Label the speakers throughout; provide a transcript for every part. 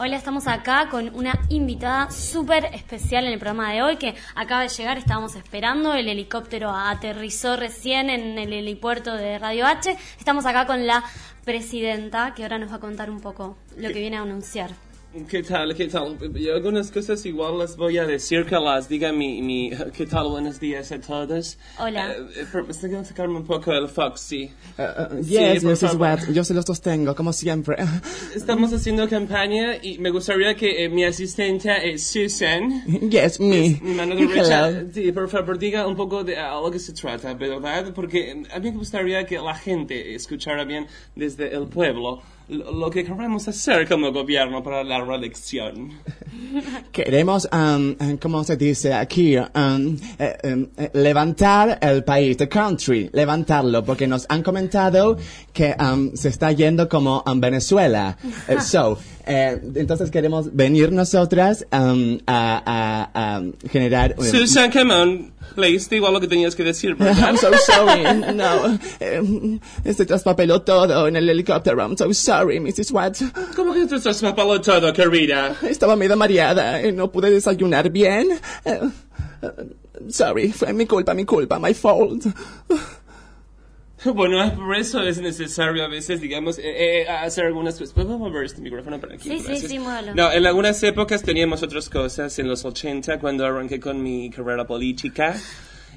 Speaker 1: Hoy la estamos acá con una invitada súper especial en el programa de hoy que acaba de llegar, estábamos esperando, el helicóptero aterrizó recién en el helipuerto de Radio H. Estamos acá con la presidenta que ahora nos va a contar un poco lo que viene a anunciar.
Speaker 2: ¿Qué tal? ¿Qué tal? Yo algunas cosas igual las voy a decir que las diga mi... mi ¿Qué tal? Buenos días a todos.
Speaker 1: Hola.
Speaker 2: Eh, pero me estoy sacarme un poco el Foxy.
Speaker 3: Uh, uh,
Speaker 2: Eh, Sí,
Speaker 3: yes,
Speaker 2: por
Speaker 3: Mrs.
Speaker 2: favor.
Speaker 3: Webb, yo se los sostengo, como siempre.
Speaker 2: Estamos haciendo campaña y me gustaría que eh, mi asistente eh, Susan,
Speaker 3: yes, me.
Speaker 2: mi mano derecha,
Speaker 3: Hello.
Speaker 2: sí, por favor diga un poco de a lo que se trata, ¿verdad? Porque eh, a mí me gustaría que la gente escuchara bien desde el pueblo lo, lo que queremos hacer como gobierno para la reelección.
Speaker 3: Queremos, um, um, ¿cómo se dice aquí? Um, eh, em, eh, levantar el país, the country, levantarlo, porque nos han comentado que um, se está yendo como um, Venezuela. Eh, so, eh, entonces queremos venir nosotras um, a, a- a generar...
Speaker 2: Susan, come on, please, digo lo que tenías que decir, ¿verdad?
Speaker 3: I'm so sorry. No, eh, se traspapeló todo en el helicóptero. I'm so sorry, Mrs. Watt.
Speaker 2: ¿Cómo que tú estás mapalo todo, querida?
Speaker 3: Estaba medio mareada y no pude desayunar bien. Eh, eh, sorry, fue mi culpa, mi culpa, my fault.
Speaker 2: Bueno, es por eso es necesario a veces, digamos, eh, eh, hacer algunas cosas. ¿Puedo mover este micrófono para aquí?
Speaker 1: Sí, sí, sí, muévelo.
Speaker 2: No, en algunas épocas teníamos otras cosas. En los 80, cuando arranqué con mi carrera política,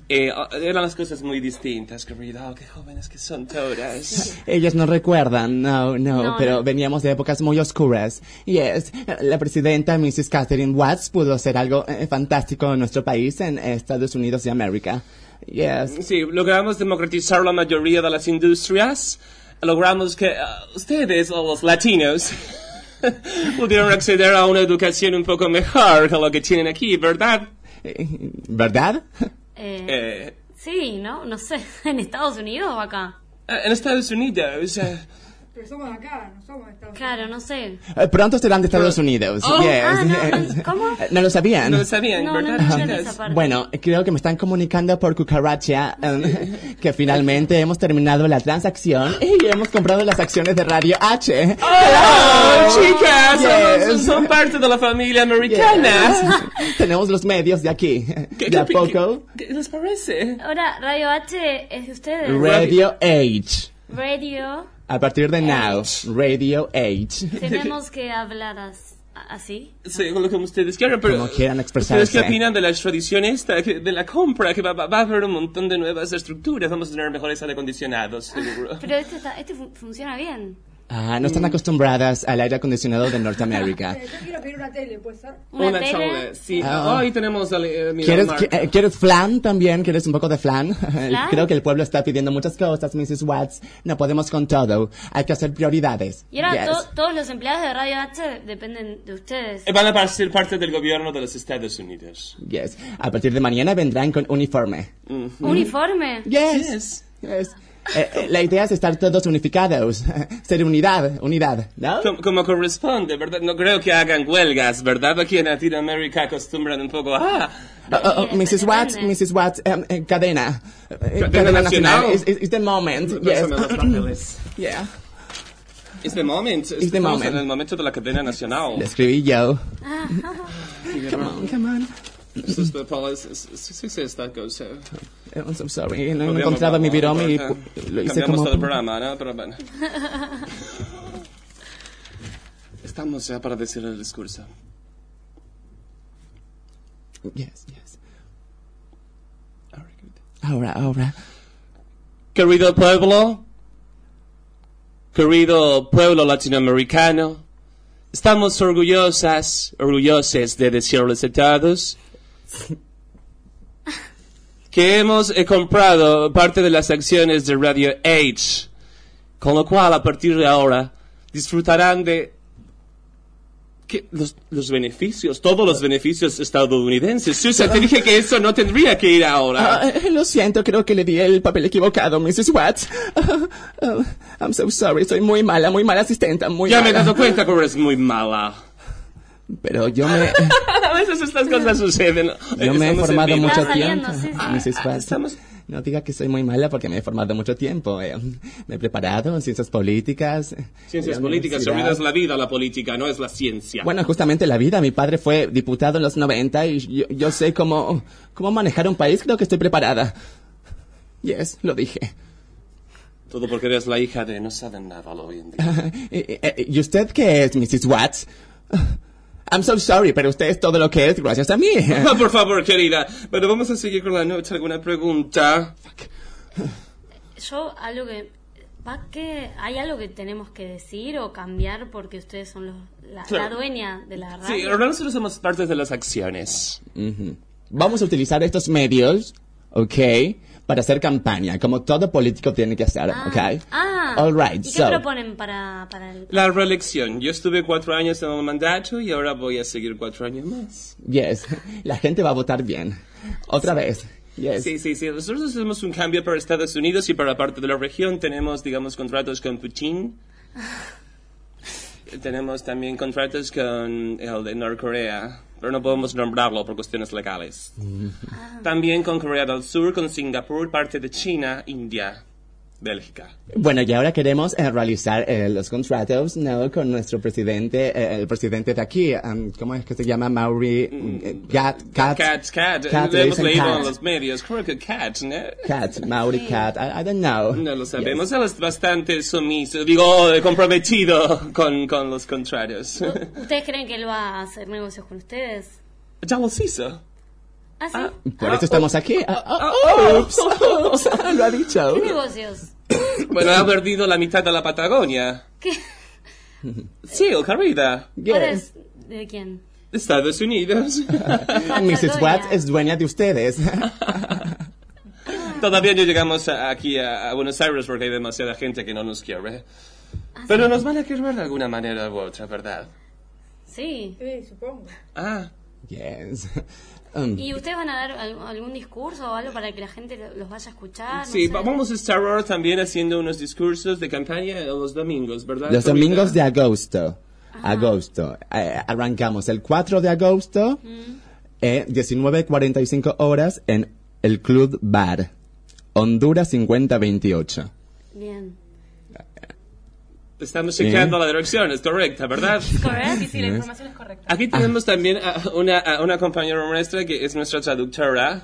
Speaker 2: eh, ah, eran las cosas muy distintas, querida. Oh, qué jóvenes que son todas.
Speaker 3: Ellos no recuerdan, no, no,
Speaker 1: No,
Speaker 3: pero
Speaker 1: no.
Speaker 3: veníamos de épocas muy oscuras. Yes, la presidenta Mrs. Catherine Watts pudo hacer algo eh, fantástico en nuestro país, en Estados Unidos de América. Yes.
Speaker 2: Sí, logramos democratizar la mayoría de las industrias. Logramos que ah, ustedes, o los latinos, pudieran acceder a una educación un poco mejor que lo que tienen aquí, ¿verdad?
Speaker 3: Eh, ¿Verdad?
Speaker 1: Eh,
Speaker 2: Eh,
Speaker 1: Sí, ¿no? No sé, ¿en Estados Unidos o acá?
Speaker 2: Eh, En Estados Unidos. eh,
Speaker 4: Pero somos de acá, no somos de Estados
Speaker 1: Claro, no sé.
Speaker 3: Eh, Pronto serán de Estados Unidos.
Speaker 2: Oh,
Speaker 3: yes.
Speaker 1: ah, no, ¿cómo?
Speaker 3: No lo sabían.
Speaker 2: No lo sabían,
Speaker 1: No, no,
Speaker 2: ¿verdad,
Speaker 1: no, no, no,
Speaker 2: chicas?
Speaker 1: esa parte.
Speaker 3: Bueno, creo que me están comunicando por cucaracha em, que finalmente hemos terminado la transacción y hemos comprado las acciones de Radio H.
Speaker 2: ¡Oh,
Speaker 3: Hello,
Speaker 2: chicas!
Speaker 3: Yes.
Speaker 2: Son, son parte de la familia americana.
Speaker 3: Yes. Tenemos los medios de aquí.
Speaker 2: ¿Qué-
Speaker 3: De a
Speaker 2: qué-
Speaker 3: poco,
Speaker 2: qué- qué les parece?
Speaker 1: Ahora, Radio H es de ustedes.
Speaker 3: Radio H.
Speaker 1: Radio,
Speaker 3: A partir de now, Radio H.
Speaker 1: tenemos que hablar as- así.
Speaker 2: Según lo que ustedes quieran, pero...
Speaker 3: Como quieran
Speaker 2: ¿Ustedes qué
Speaker 3: expresarse.
Speaker 2: opinan de la tradición esta, que- de la compra? Que va, va- va a haber un montón de nuevas estructuras. Vamos a tener mejores aire acondicionados, seguro.
Speaker 1: Pero este, está- este fun- funciona bien.
Speaker 3: Ah, no están acostumbradas al aire acondicionado de Norteamérica.
Speaker 4: Unidos. Eh, Yo quiero pedir una tele, ¿puede ser?
Speaker 1: Una, tele.
Speaker 2: sola, sí.
Speaker 3: Ah.
Speaker 2: Hoy tenemos... al, eh, mira,
Speaker 3: ¿Quieres,
Speaker 2: Mark.
Speaker 3: qui- eh, ¿Quieres flan también? ¿Quieres un poco de flan? Creo que el pueblo está pidiendo muchas cosas, Mrs. Watts. No podemos con todo. Hay que hacer prioridades.
Speaker 1: Y ahora
Speaker 3: Yes.
Speaker 1: to- todos los empleados de Radio H dependen de ustedes.
Speaker 2: Eh, Van a ser parte del gobierno de los Estados Unidos.
Speaker 3: Yes. A partir de mañana vendrán con uniforme.
Speaker 2: mm.
Speaker 1: ¿Uniforme?
Speaker 3: Yes. Yes. Eh, eh, la idea es estar todos unificados. Ser unidad, unidad, ¿no?
Speaker 2: Com- Como, corresponde, ¿verdad? No creo que hagan huelgas, ¿verdad? Aquí en Latinoamérica acostumbran un poco a...
Speaker 3: Oh, oh, oh, Mrs. Watts,
Speaker 1: Depende.
Speaker 3: Mrs. Watts, em, eh, cadena. Eh,
Speaker 2: Cadena nacional.
Speaker 3: It's, it's- it's the moment. Yes. Yeah.
Speaker 2: Es el momento.
Speaker 3: the moment.
Speaker 2: en el momento de la cadena nacional.
Speaker 3: La escribí yo. Oh,
Speaker 2: Come on.
Speaker 3: Come on.
Speaker 2: Sus papeles, es- es- es eh. esta cosa.
Speaker 3: Eh, I'm so sorry. No, no
Speaker 2: Podríamos
Speaker 3: encontraba mi
Speaker 2: hablar,
Speaker 3: virome y
Speaker 2: ¿verdad?
Speaker 3: pu- lo hice
Speaker 2: Cambiamos
Speaker 3: como...
Speaker 2: todo el programa, ¿no? Pero bueno. Estamos ya para decir el discurso.
Speaker 3: Yes, yes. Ahora, ahora.
Speaker 2: Querido pueblo, querido pueblo latinoamericano, estamos orgullosas, orgullosas de decirles a todos que hemos eh, comprado parte de las acciones de Radio H, con lo cual a partir de ahora disfrutarán de que los, los beneficios, todos los beneficios estadounidenses. Susan, te dije que eso no tendría que ir ahora.
Speaker 3: Ah, eh, lo siento, creo que le di el papel equivocado, Mrs. Watts. Ah, ah, I'm so sorry, soy muy mala, muy mala asistenta, muy
Speaker 2: Ya me he
Speaker 3: mala.
Speaker 2: dado cuenta que eres muy mala.
Speaker 3: Pero yo me,
Speaker 2: A veces estas cosas suceden.
Speaker 3: yo me he
Speaker 2: Estamos en
Speaker 3: formado
Speaker 2: vivo.
Speaker 3: mucho
Speaker 1: Está saliendo,
Speaker 3: tiempo,
Speaker 1: sí, sí.
Speaker 3: Mrs. Watts.
Speaker 2: Estamos-
Speaker 3: No diga que soy muy mala porque me he formado mucho tiempo. eh. Me he preparado en ciencias políticas. eh,
Speaker 2: Ciencias
Speaker 3: en la
Speaker 2: políticas, en realidad
Speaker 3: universidad.
Speaker 2: es la vida la política, no es la ciencia.
Speaker 3: Bueno, justamente la vida. Mi padre fue diputado en los 90 y yo, yo sé cómo, cómo manejar un país. Creo que estoy preparada. Yes, lo dije.
Speaker 2: Todo porque eres la hija de no saben nada hoy en día.
Speaker 3: Eh, eh, eh, ¿Y usted qué es, Mrs. Watts? I'm so sorry, pero usted es todo lo que es gracias a mí.
Speaker 2: Ah, por favor, querida. Pero vamos a seguir con la noche. ¿Alguna pregunta?
Speaker 1: Yo, algo que. ¿va que ¿Hay algo que tenemos que decir o cambiar porque ustedes son los, la,
Speaker 2: Claro.
Speaker 1: la dueña de la
Speaker 2: Sí,
Speaker 1: radio?
Speaker 2: ahora nosotros somos parte de las acciones.
Speaker 3: Ujú. Vamos a utilizar estos medios, ¿ok? Para hacer campaña, como todo político tiene que hacer,
Speaker 1: Ah,
Speaker 3: ¿ok?
Speaker 1: Ah,
Speaker 3: All right,
Speaker 1: ¿Y
Speaker 3: so-
Speaker 1: qué proponen para, para el.?
Speaker 2: La reelección. Yo estuve cuatro años en el mandato y ahora voy a seguir cuatro años más.
Speaker 3: Yes, la gente va a votar bien. Otra vez. Yes.
Speaker 2: Sí, sí, sí. Nosotros hacemos un cambio para Estados Unidos y para parte de la región. Tenemos, digamos, contratos con Putin. Tenemos también contratos con el de Norcorea, pero no podemos nombrarlo por cuestiones legales.
Speaker 3: Mm.
Speaker 2: También con Corea del Sur, con Singapur, parte de China, India, Bélgica.
Speaker 3: Bueno, y ahora queremos eh, realizar eh, los contratos, ¿no? Con nuestro presidente, eh, el presidente de aquí, um, ¿cómo es que se llama? Mauri
Speaker 1: Mm.
Speaker 3: eh, Gat, Cat,
Speaker 2: Cat, cat,
Speaker 3: Cat,
Speaker 2: lo
Speaker 3: le
Speaker 2: hemos
Speaker 3: dicen
Speaker 2: leído
Speaker 3: Cat.
Speaker 2: en los medios. Creo que cat, ¿no?
Speaker 3: Cat, Mauri Cat, I, I don't know.
Speaker 2: No lo sabemos, él es bastante sumiso, digo, eh, comprometido con, con los contrarios.
Speaker 1: ¿Ustedes creen que él va a hacer negocios con ustedes?
Speaker 2: ya los hizo.
Speaker 1: ¿Ah, sí?
Speaker 3: Yes. Por eso estamos aquí. Ah, ah, oops, oops, lo ha dicho.
Speaker 1: ¿Qué negocios?
Speaker 2: Bueno, ha perdido la mitad de la Patagonia.
Speaker 1: ¿Qué?
Speaker 2: Sí, querida.
Speaker 1: ¿Ahora es
Speaker 3: Yes.
Speaker 1: de quién?
Speaker 2: Estados Unidos.
Speaker 3: Mrs.
Speaker 1: Patagonia.
Speaker 3: Watts Ah, es dueña de ustedes.
Speaker 2: Todavía no llegamos a- aquí a, a Buenos Aires porque hay demasiada gente que no nos quiere. Pero nos van a querer de alguna manera u otra, ¿verdad?
Speaker 1: Sí.
Speaker 4: Sí, Eh, supongo.
Speaker 2: Ah,
Speaker 3: yes. Um,
Speaker 1: ¿Y ustedes van a dar al- algún discurso o algo para que la gente lo- los vaya a escuchar? Ah, No
Speaker 2: sí,
Speaker 1: sé.
Speaker 2: va- vamos a estar ahora también haciendo unos discursos de campaña los domingos, ¿verdad?
Speaker 3: los
Speaker 2: querida?
Speaker 3: domingos de agosto. Agosto. Eh, arrancamos el 4 de agosto, eh, 19.45 horas en el Club Bar. Honduras 5028.
Speaker 1: Bien.
Speaker 2: Estamos chequeando la dirección, es correcta, ¿verdad?
Speaker 5: Sí, sí, la información es correcta.
Speaker 2: Aquí tenemos también a una, a una compañera nuestra que es nuestra traductora,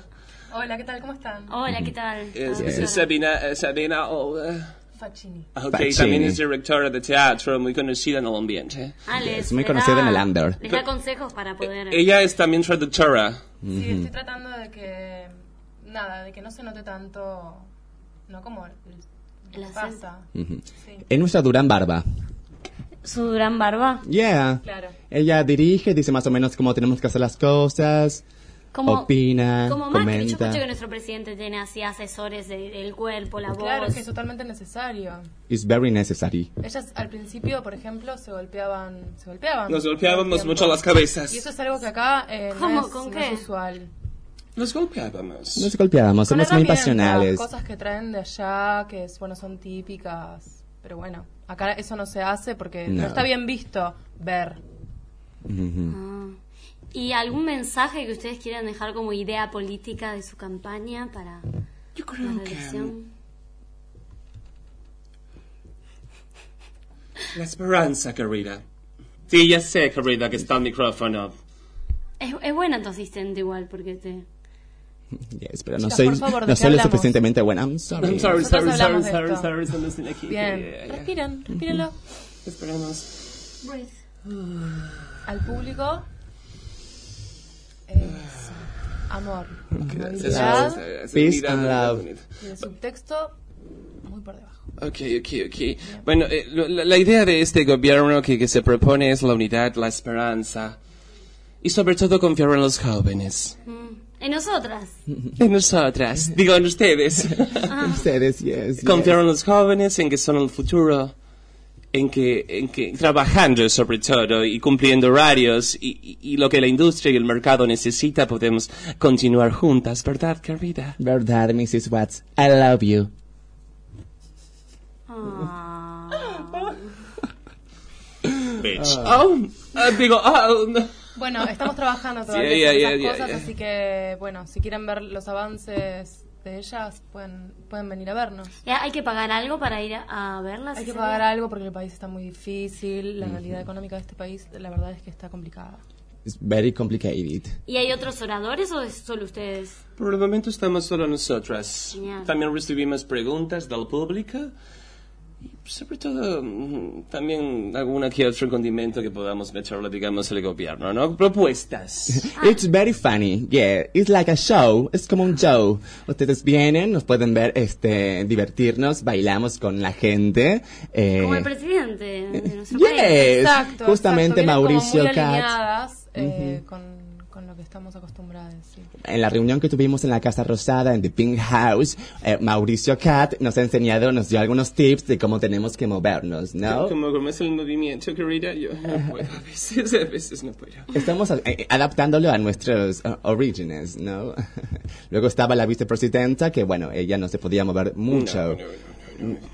Speaker 5: Hola, ¿qué tal? ¿Cómo están?
Speaker 1: Hola, ¿qué tal?
Speaker 2: es,
Speaker 1: Ah,
Speaker 2: es
Speaker 1: hola.
Speaker 2: Sabina, eh, Sabina Olga.
Speaker 5: Facchini.
Speaker 2: Ok,
Speaker 3: Pacini.
Speaker 2: también es directora de teatro, muy conocida en el ambiente.
Speaker 1: Ah, les-
Speaker 3: Es muy
Speaker 1: les
Speaker 3: conocida
Speaker 1: da-
Speaker 3: en el under.
Speaker 1: Les da consejos para poder...
Speaker 2: Ella es también traductora.
Speaker 5: Sí, estoy tratando de que. Nada, de que no se note tanto. No como. el-
Speaker 1: El acento.
Speaker 5: pasta. Sí,
Speaker 3: En nuestra Durán Barba.
Speaker 1: Su gran barba.
Speaker 3: Yeah.
Speaker 5: claro.
Speaker 3: Ella dirige, dice más o menos cómo tenemos que hacer las cosas.
Speaker 1: Como,
Speaker 3: Opina,
Speaker 1: como Macri, yo
Speaker 3: comenta.
Speaker 1: escucho que nuestro presidente tiene así asesores de- del cuerpo, la voz.
Speaker 5: Claro, es que es totalmente necesario.
Speaker 3: It's very necessary.
Speaker 5: Ellas al principio, por ejemplo, se golpeaban. Se golpeaban.
Speaker 2: Nos
Speaker 5: Todo el
Speaker 2: golpeábamos
Speaker 5: tiempo.
Speaker 2: mucho las cabezas.
Speaker 5: Y eso es algo que acá eh,
Speaker 1: ¿Cómo?
Speaker 5: no, es,
Speaker 1: ¿Con
Speaker 5: no es
Speaker 1: qué?
Speaker 5: usual.
Speaker 2: Nos golpeábamos.
Speaker 3: Nos golpeábamos,
Speaker 5: Con
Speaker 3: somos muy
Speaker 5: herramientas,
Speaker 3: pasionales.
Speaker 5: Cosas que traen de allá, que es, bueno, son típicas. Pero bueno, acá eso no se hace porque no,
Speaker 3: No.
Speaker 5: está bien visto ver.
Speaker 1: Ah. ¿Y algún mensaje que ustedes quieran dejar como idea política de su campaña para
Speaker 2: Yo
Speaker 1: la
Speaker 2: creo que
Speaker 1: reelección?
Speaker 2: mm, la esperanza, querida. Sí, ya sé, querida, que está el micrófono.
Speaker 1: Es, es buena tu asistente igual, porque te...
Speaker 3: Yes, pero no
Speaker 5: Chicas,
Speaker 3: soy,
Speaker 5: por favor, ¿de
Speaker 3: no
Speaker 5: qué
Speaker 3: soy lo
Speaker 5: hablamos?
Speaker 3: suficientemente buena. I'm sorry.
Speaker 2: I'm sorry,
Speaker 5: Nosotros
Speaker 2: sorry, sorry,
Speaker 5: hablamos de
Speaker 2: sorry,
Speaker 5: esto.
Speaker 2: sorry, sorry, no estoy aquí. Yeah,
Speaker 5: Bien,
Speaker 2: yeah, yeah.
Speaker 5: respiren, respírenlo.
Speaker 2: Esperamos.
Speaker 5: Pues. Al público. Eso. Amor.
Speaker 2: Eso,
Speaker 5: Amabilidad.
Speaker 2: eso, eso,
Speaker 3: Peace
Speaker 2: mira,
Speaker 3: and
Speaker 2: mira,
Speaker 3: love.
Speaker 2: bonito.
Speaker 5: Y el subtexto, muy por debajo.
Speaker 2: Ok, ok, ok. Bueno, eh, lo- la, la idea de este gobierno que, que se propone es la unidad, la esperanza y sobre todo confiar en los jóvenes.
Speaker 1: Mm. En nosotras.
Speaker 2: En nosotras, digo en ustedes.
Speaker 5: Ah.
Speaker 3: Ustedes, yes.
Speaker 2: confiar en los jóvenes, en que son el futuro, en que, en que trabajando sobre todo y cumpliendo horarios y, y- y lo que la industria y el mercado necesita podemos continuar juntas, ¿verdad, querida?
Speaker 3: yes. Verdad, Mrs. Watts. I love you.
Speaker 1: Ah.
Speaker 2: Oh, ah, digo, ah, no.
Speaker 5: Bueno, estamos trabajando
Speaker 2: Yeah,
Speaker 5: todavía en
Speaker 2: yeah,
Speaker 5: esas
Speaker 2: yeah,
Speaker 5: cosas,
Speaker 2: yeah, yeah.
Speaker 5: así que, bueno, si quieren ver los avances de ellas, pueden, pueden venir a vernos.
Speaker 1: Ya, ¿Hay que pagar algo para ir a, a verlas?
Speaker 5: Hay que
Speaker 1: ese
Speaker 5: pagar
Speaker 1: día?
Speaker 5: algo porque el país está muy difícil, la realidad económica de este país, la verdad es que está complicada.
Speaker 3: It's very complicated.
Speaker 1: ¿Y hay otros oradores o es solo ustedes?
Speaker 2: Por el momento estamos solo nosotras.
Speaker 1: Genial.
Speaker 2: También recibimos preguntas del público. Y sobre todo, mm, también alguna que otro condimento que podamos echarle, digamos, al gobierno, ¿no? Propuestas.
Speaker 5: Ah.
Speaker 3: It's very funny, yeah. It's like a show, es como un show. Ustedes vienen, nos pueden ver, este, divertirnos, bailamos con la gente. eh,
Speaker 1: Como el presidente
Speaker 2: eh,
Speaker 1: de nuestro país.
Speaker 3: yes,
Speaker 5: Exacto.
Speaker 3: justamente
Speaker 5: exacto, vienen como
Speaker 3: Mauricio
Speaker 5: muy
Speaker 3: Katz.
Speaker 5: alineadas, eh, con, con lo que estamos acostumbrados. sí.
Speaker 3: En la reunión que tuvimos en la Casa Rosada, en The Pink House, eh, Mauricio Katz nos ha enseñado, nos dio algunos tips de cómo tenemos que movernos, ¿no?
Speaker 2: Como, como es el movimiento, querida, yo no puedo. A veces, a veces no puedo.
Speaker 3: Estamos a- eh, adaptándolo a nuestros eh, orígenes, ¿no? Luego estaba la vicepresidenta, que bueno, ella no se podía mover mucho.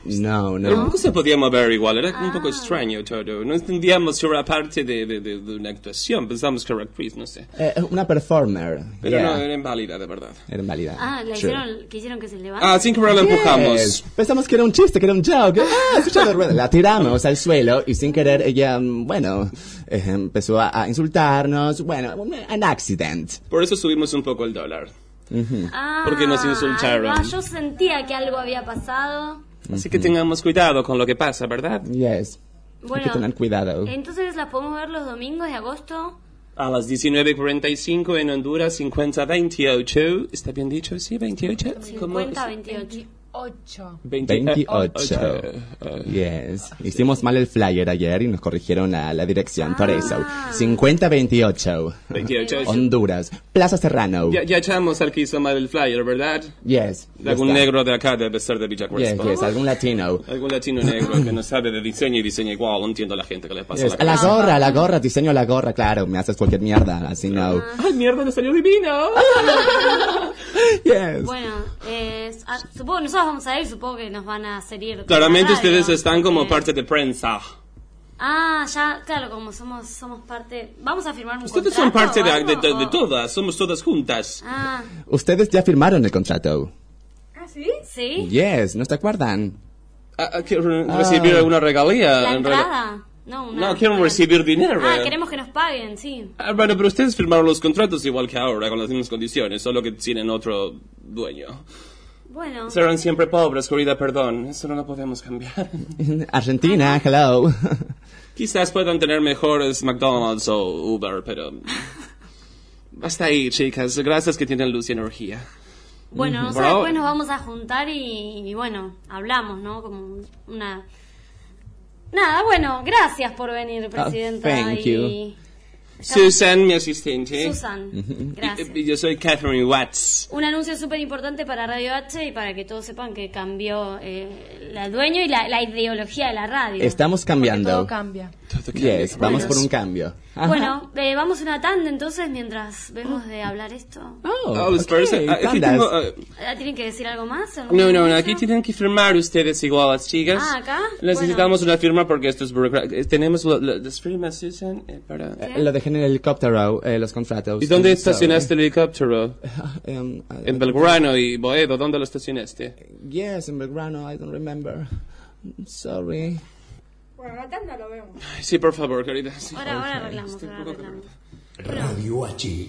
Speaker 3: No,
Speaker 2: Pero
Speaker 3: no.
Speaker 2: poco se podía mover igual, era un poco extraño todo. No entendíamos si era parte de, de- de- de una actuación, pensamos que era actriz, no sé.
Speaker 3: Eh, una performer.
Speaker 2: Pero
Speaker 3: yeah.
Speaker 2: no, eh. era inválida, de verdad.
Speaker 3: Era inválida.
Speaker 1: Ah, ¿la
Speaker 3: Sure.
Speaker 1: hicieron, que hicieron que se levante?
Speaker 2: Ah, sin querer la empujamos.
Speaker 3: Yes. Pensamos que era un chiste, que era un joke. Ah, es un show de ruedas. La tiramos al suelo y sin querer ella, mm, bueno, eh, empezó a, a insultarnos. Bueno, un an accident.
Speaker 2: Por eso subimos un poco el dólar.
Speaker 1: Ah,
Speaker 2: Porque nos insultaron.
Speaker 1: ahí va, yo sentía que algo había pasado.
Speaker 2: Así que tengamos cuidado con lo que pasa, ¿verdad?
Speaker 3: Yes. Hay
Speaker 1: Bueno,
Speaker 3: que tener cuidado.
Speaker 1: entonces las podemos ver los domingos de agosto.
Speaker 2: A las 19.45 en Honduras, 50-28. ¿Está bien dicho? ¿Sí? ¿28? ¿Cómo es?
Speaker 1: 50-28.
Speaker 5: 28.
Speaker 3: 28. Yes. Hicimos mal el flyer ayer y nos corrigieron a la dirección, por eso. 5028.
Speaker 2: 28.
Speaker 3: Honduras. Plaza Serrano.
Speaker 2: Ya, ya echamos al que hizo mal el flyer, ¿verdad?
Speaker 3: Yes. ya
Speaker 2: Algún
Speaker 3: está.
Speaker 2: negro de acá debe ser de Villa
Speaker 3: Yes,
Speaker 2: Crespo.
Speaker 3: yes, algún latino.
Speaker 2: Algún latino negro que no sabe de diseño y diseña igual. No entiendo a la gente que le pasa
Speaker 3: Yes,
Speaker 2: a la
Speaker 3: A la
Speaker 2: cabeza.
Speaker 3: gorra, a la gorra, diseño a la gorra, claro, me haces cualquier mierda, así no.
Speaker 2: ¡Ay, mierda, le salió divino!
Speaker 3: Yes.
Speaker 1: Bueno, eh, ah, supongo que nosotros vamos a ir, supongo que nos van a hacer ir. con
Speaker 2: Claramente
Speaker 1: la radio,
Speaker 2: ustedes están como
Speaker 1: porque-
Speaker 2: parte de prensa.
Speaker 1: Ah, ya, claro, como somos somos parte... ¿Vamos a firmar un
Speaker 2: Ustedes son
Speaker 1: contrato
Speaker 2: parte
Speaker 1: o
Speaker 2: de,
Speaker 1: algo,
Speaker 2: de- de- de
Speaker 1: o-
Speaker 2: todas, somos todas juntas.
Speaker 1: Ah,
Speaker 3: Ustedes ya firmaron el contrato.
Speaker 4: ¿Ah, sí?
Speaker 1: ¿sí?
Speaker 3: Yes, ¿no se acuerdan?
Speaker 2: Ah, ah, ¿Quieren recibir alguna regalía?
Speaker 1: ¿La
Speaker 2: en realidad?
Speaker 1: entrada? No, una-
Speaker 2: No, quieren recibir dinero.
Speaker 1: Ah, queremos que nos paguen, sí.
Speaker 2: Ah, bueno, pero ustedes firmaron los contratos igual que ahora, con las mismas condiciones, solo que tienen otro dueño.
Speaker 1: Bueno,
Speaker 2: Serán siempre pobres, querida, perdón. Eso no lo podemos cambiar.
Speaker 3: Argentina, hello.
Speaker 2: Quizás puedan tener mejores McDonald's o Uber, pero... Hasta ahí, chicas. Gracias que tienen luz y energía.
Speaker 1: bueno, nosotros
Speaker 2: Por ahora-
Speaker 1: después nos vamos a juntar y, y bueno, hablamos, ¿no? Como una... Nada, bueno, gracias por
Speaker 2: Ah,
Speaker 1: venir, Presidenta.
Speaker 3: thank
Speaker 1: y...
Speaker 2: Susan, mi asistente.
Speaker 1: Susan, gracias.
Speaker 2: Y- y yo soy Catherine Watts.
Speaker 1: Un anuncio súper importante para Radio H y para que todos sepan que cambió eh, la dueño y la, la ideología de la radio.
Speaker 3: Estamos
Speaker 5: Todo
Speaker 3: cambiando.
Speaker 5: cambia.
Speaker 3: Yes, vamos por un cambio. Ajá.
Speaker 1: Bueno, eh, vamos a una tanda entonces mientras vemos de hablar esto.
Speaker 3: Oh,
Speaker 2: Oh, espera,
Speaker 3: okay,
Speaker 2: ah, aquí
Speaker 3: tandas.
Speaker 2: tengo, ah,
Speaker 1: Eh, ¿Tienen que decir algo más? ¿Algún
Speaker 2: No, no, no,
Speaker 1: anuncio?
Speaker 2: aquí tienen que firmar ustedes igual las chicas.
Speaker 1: Ah, ¿acá?
Speaker 2: Necesitamos una firma porque esto es burocrático. Tenemos lo- lo- las firmas, Susan, eh, para...
Speaker 3: Eh, Lo dejé en el helicóptero, eh, los contratos.
Speaker 2: ¿Y dónde
Speaker 3: So,
Speaker 2: estacionaste el helicóptero?
Speaker 3: eh, um, I-
Speaker 2: En Belgrano y Boedo, ¿dónde lo estacionaste?
Speaker 3: Yes, en Belgrano, I don't remember. I'm sorry.
Speaker 4: Bueno, la tanda lo vemos.
Speaker 2: Ay, Sí, por favor, querida. sí.
Speaker 1: Ahora, ahora arreglamos, ahora arreglamos.
Speaker 6: Radio H.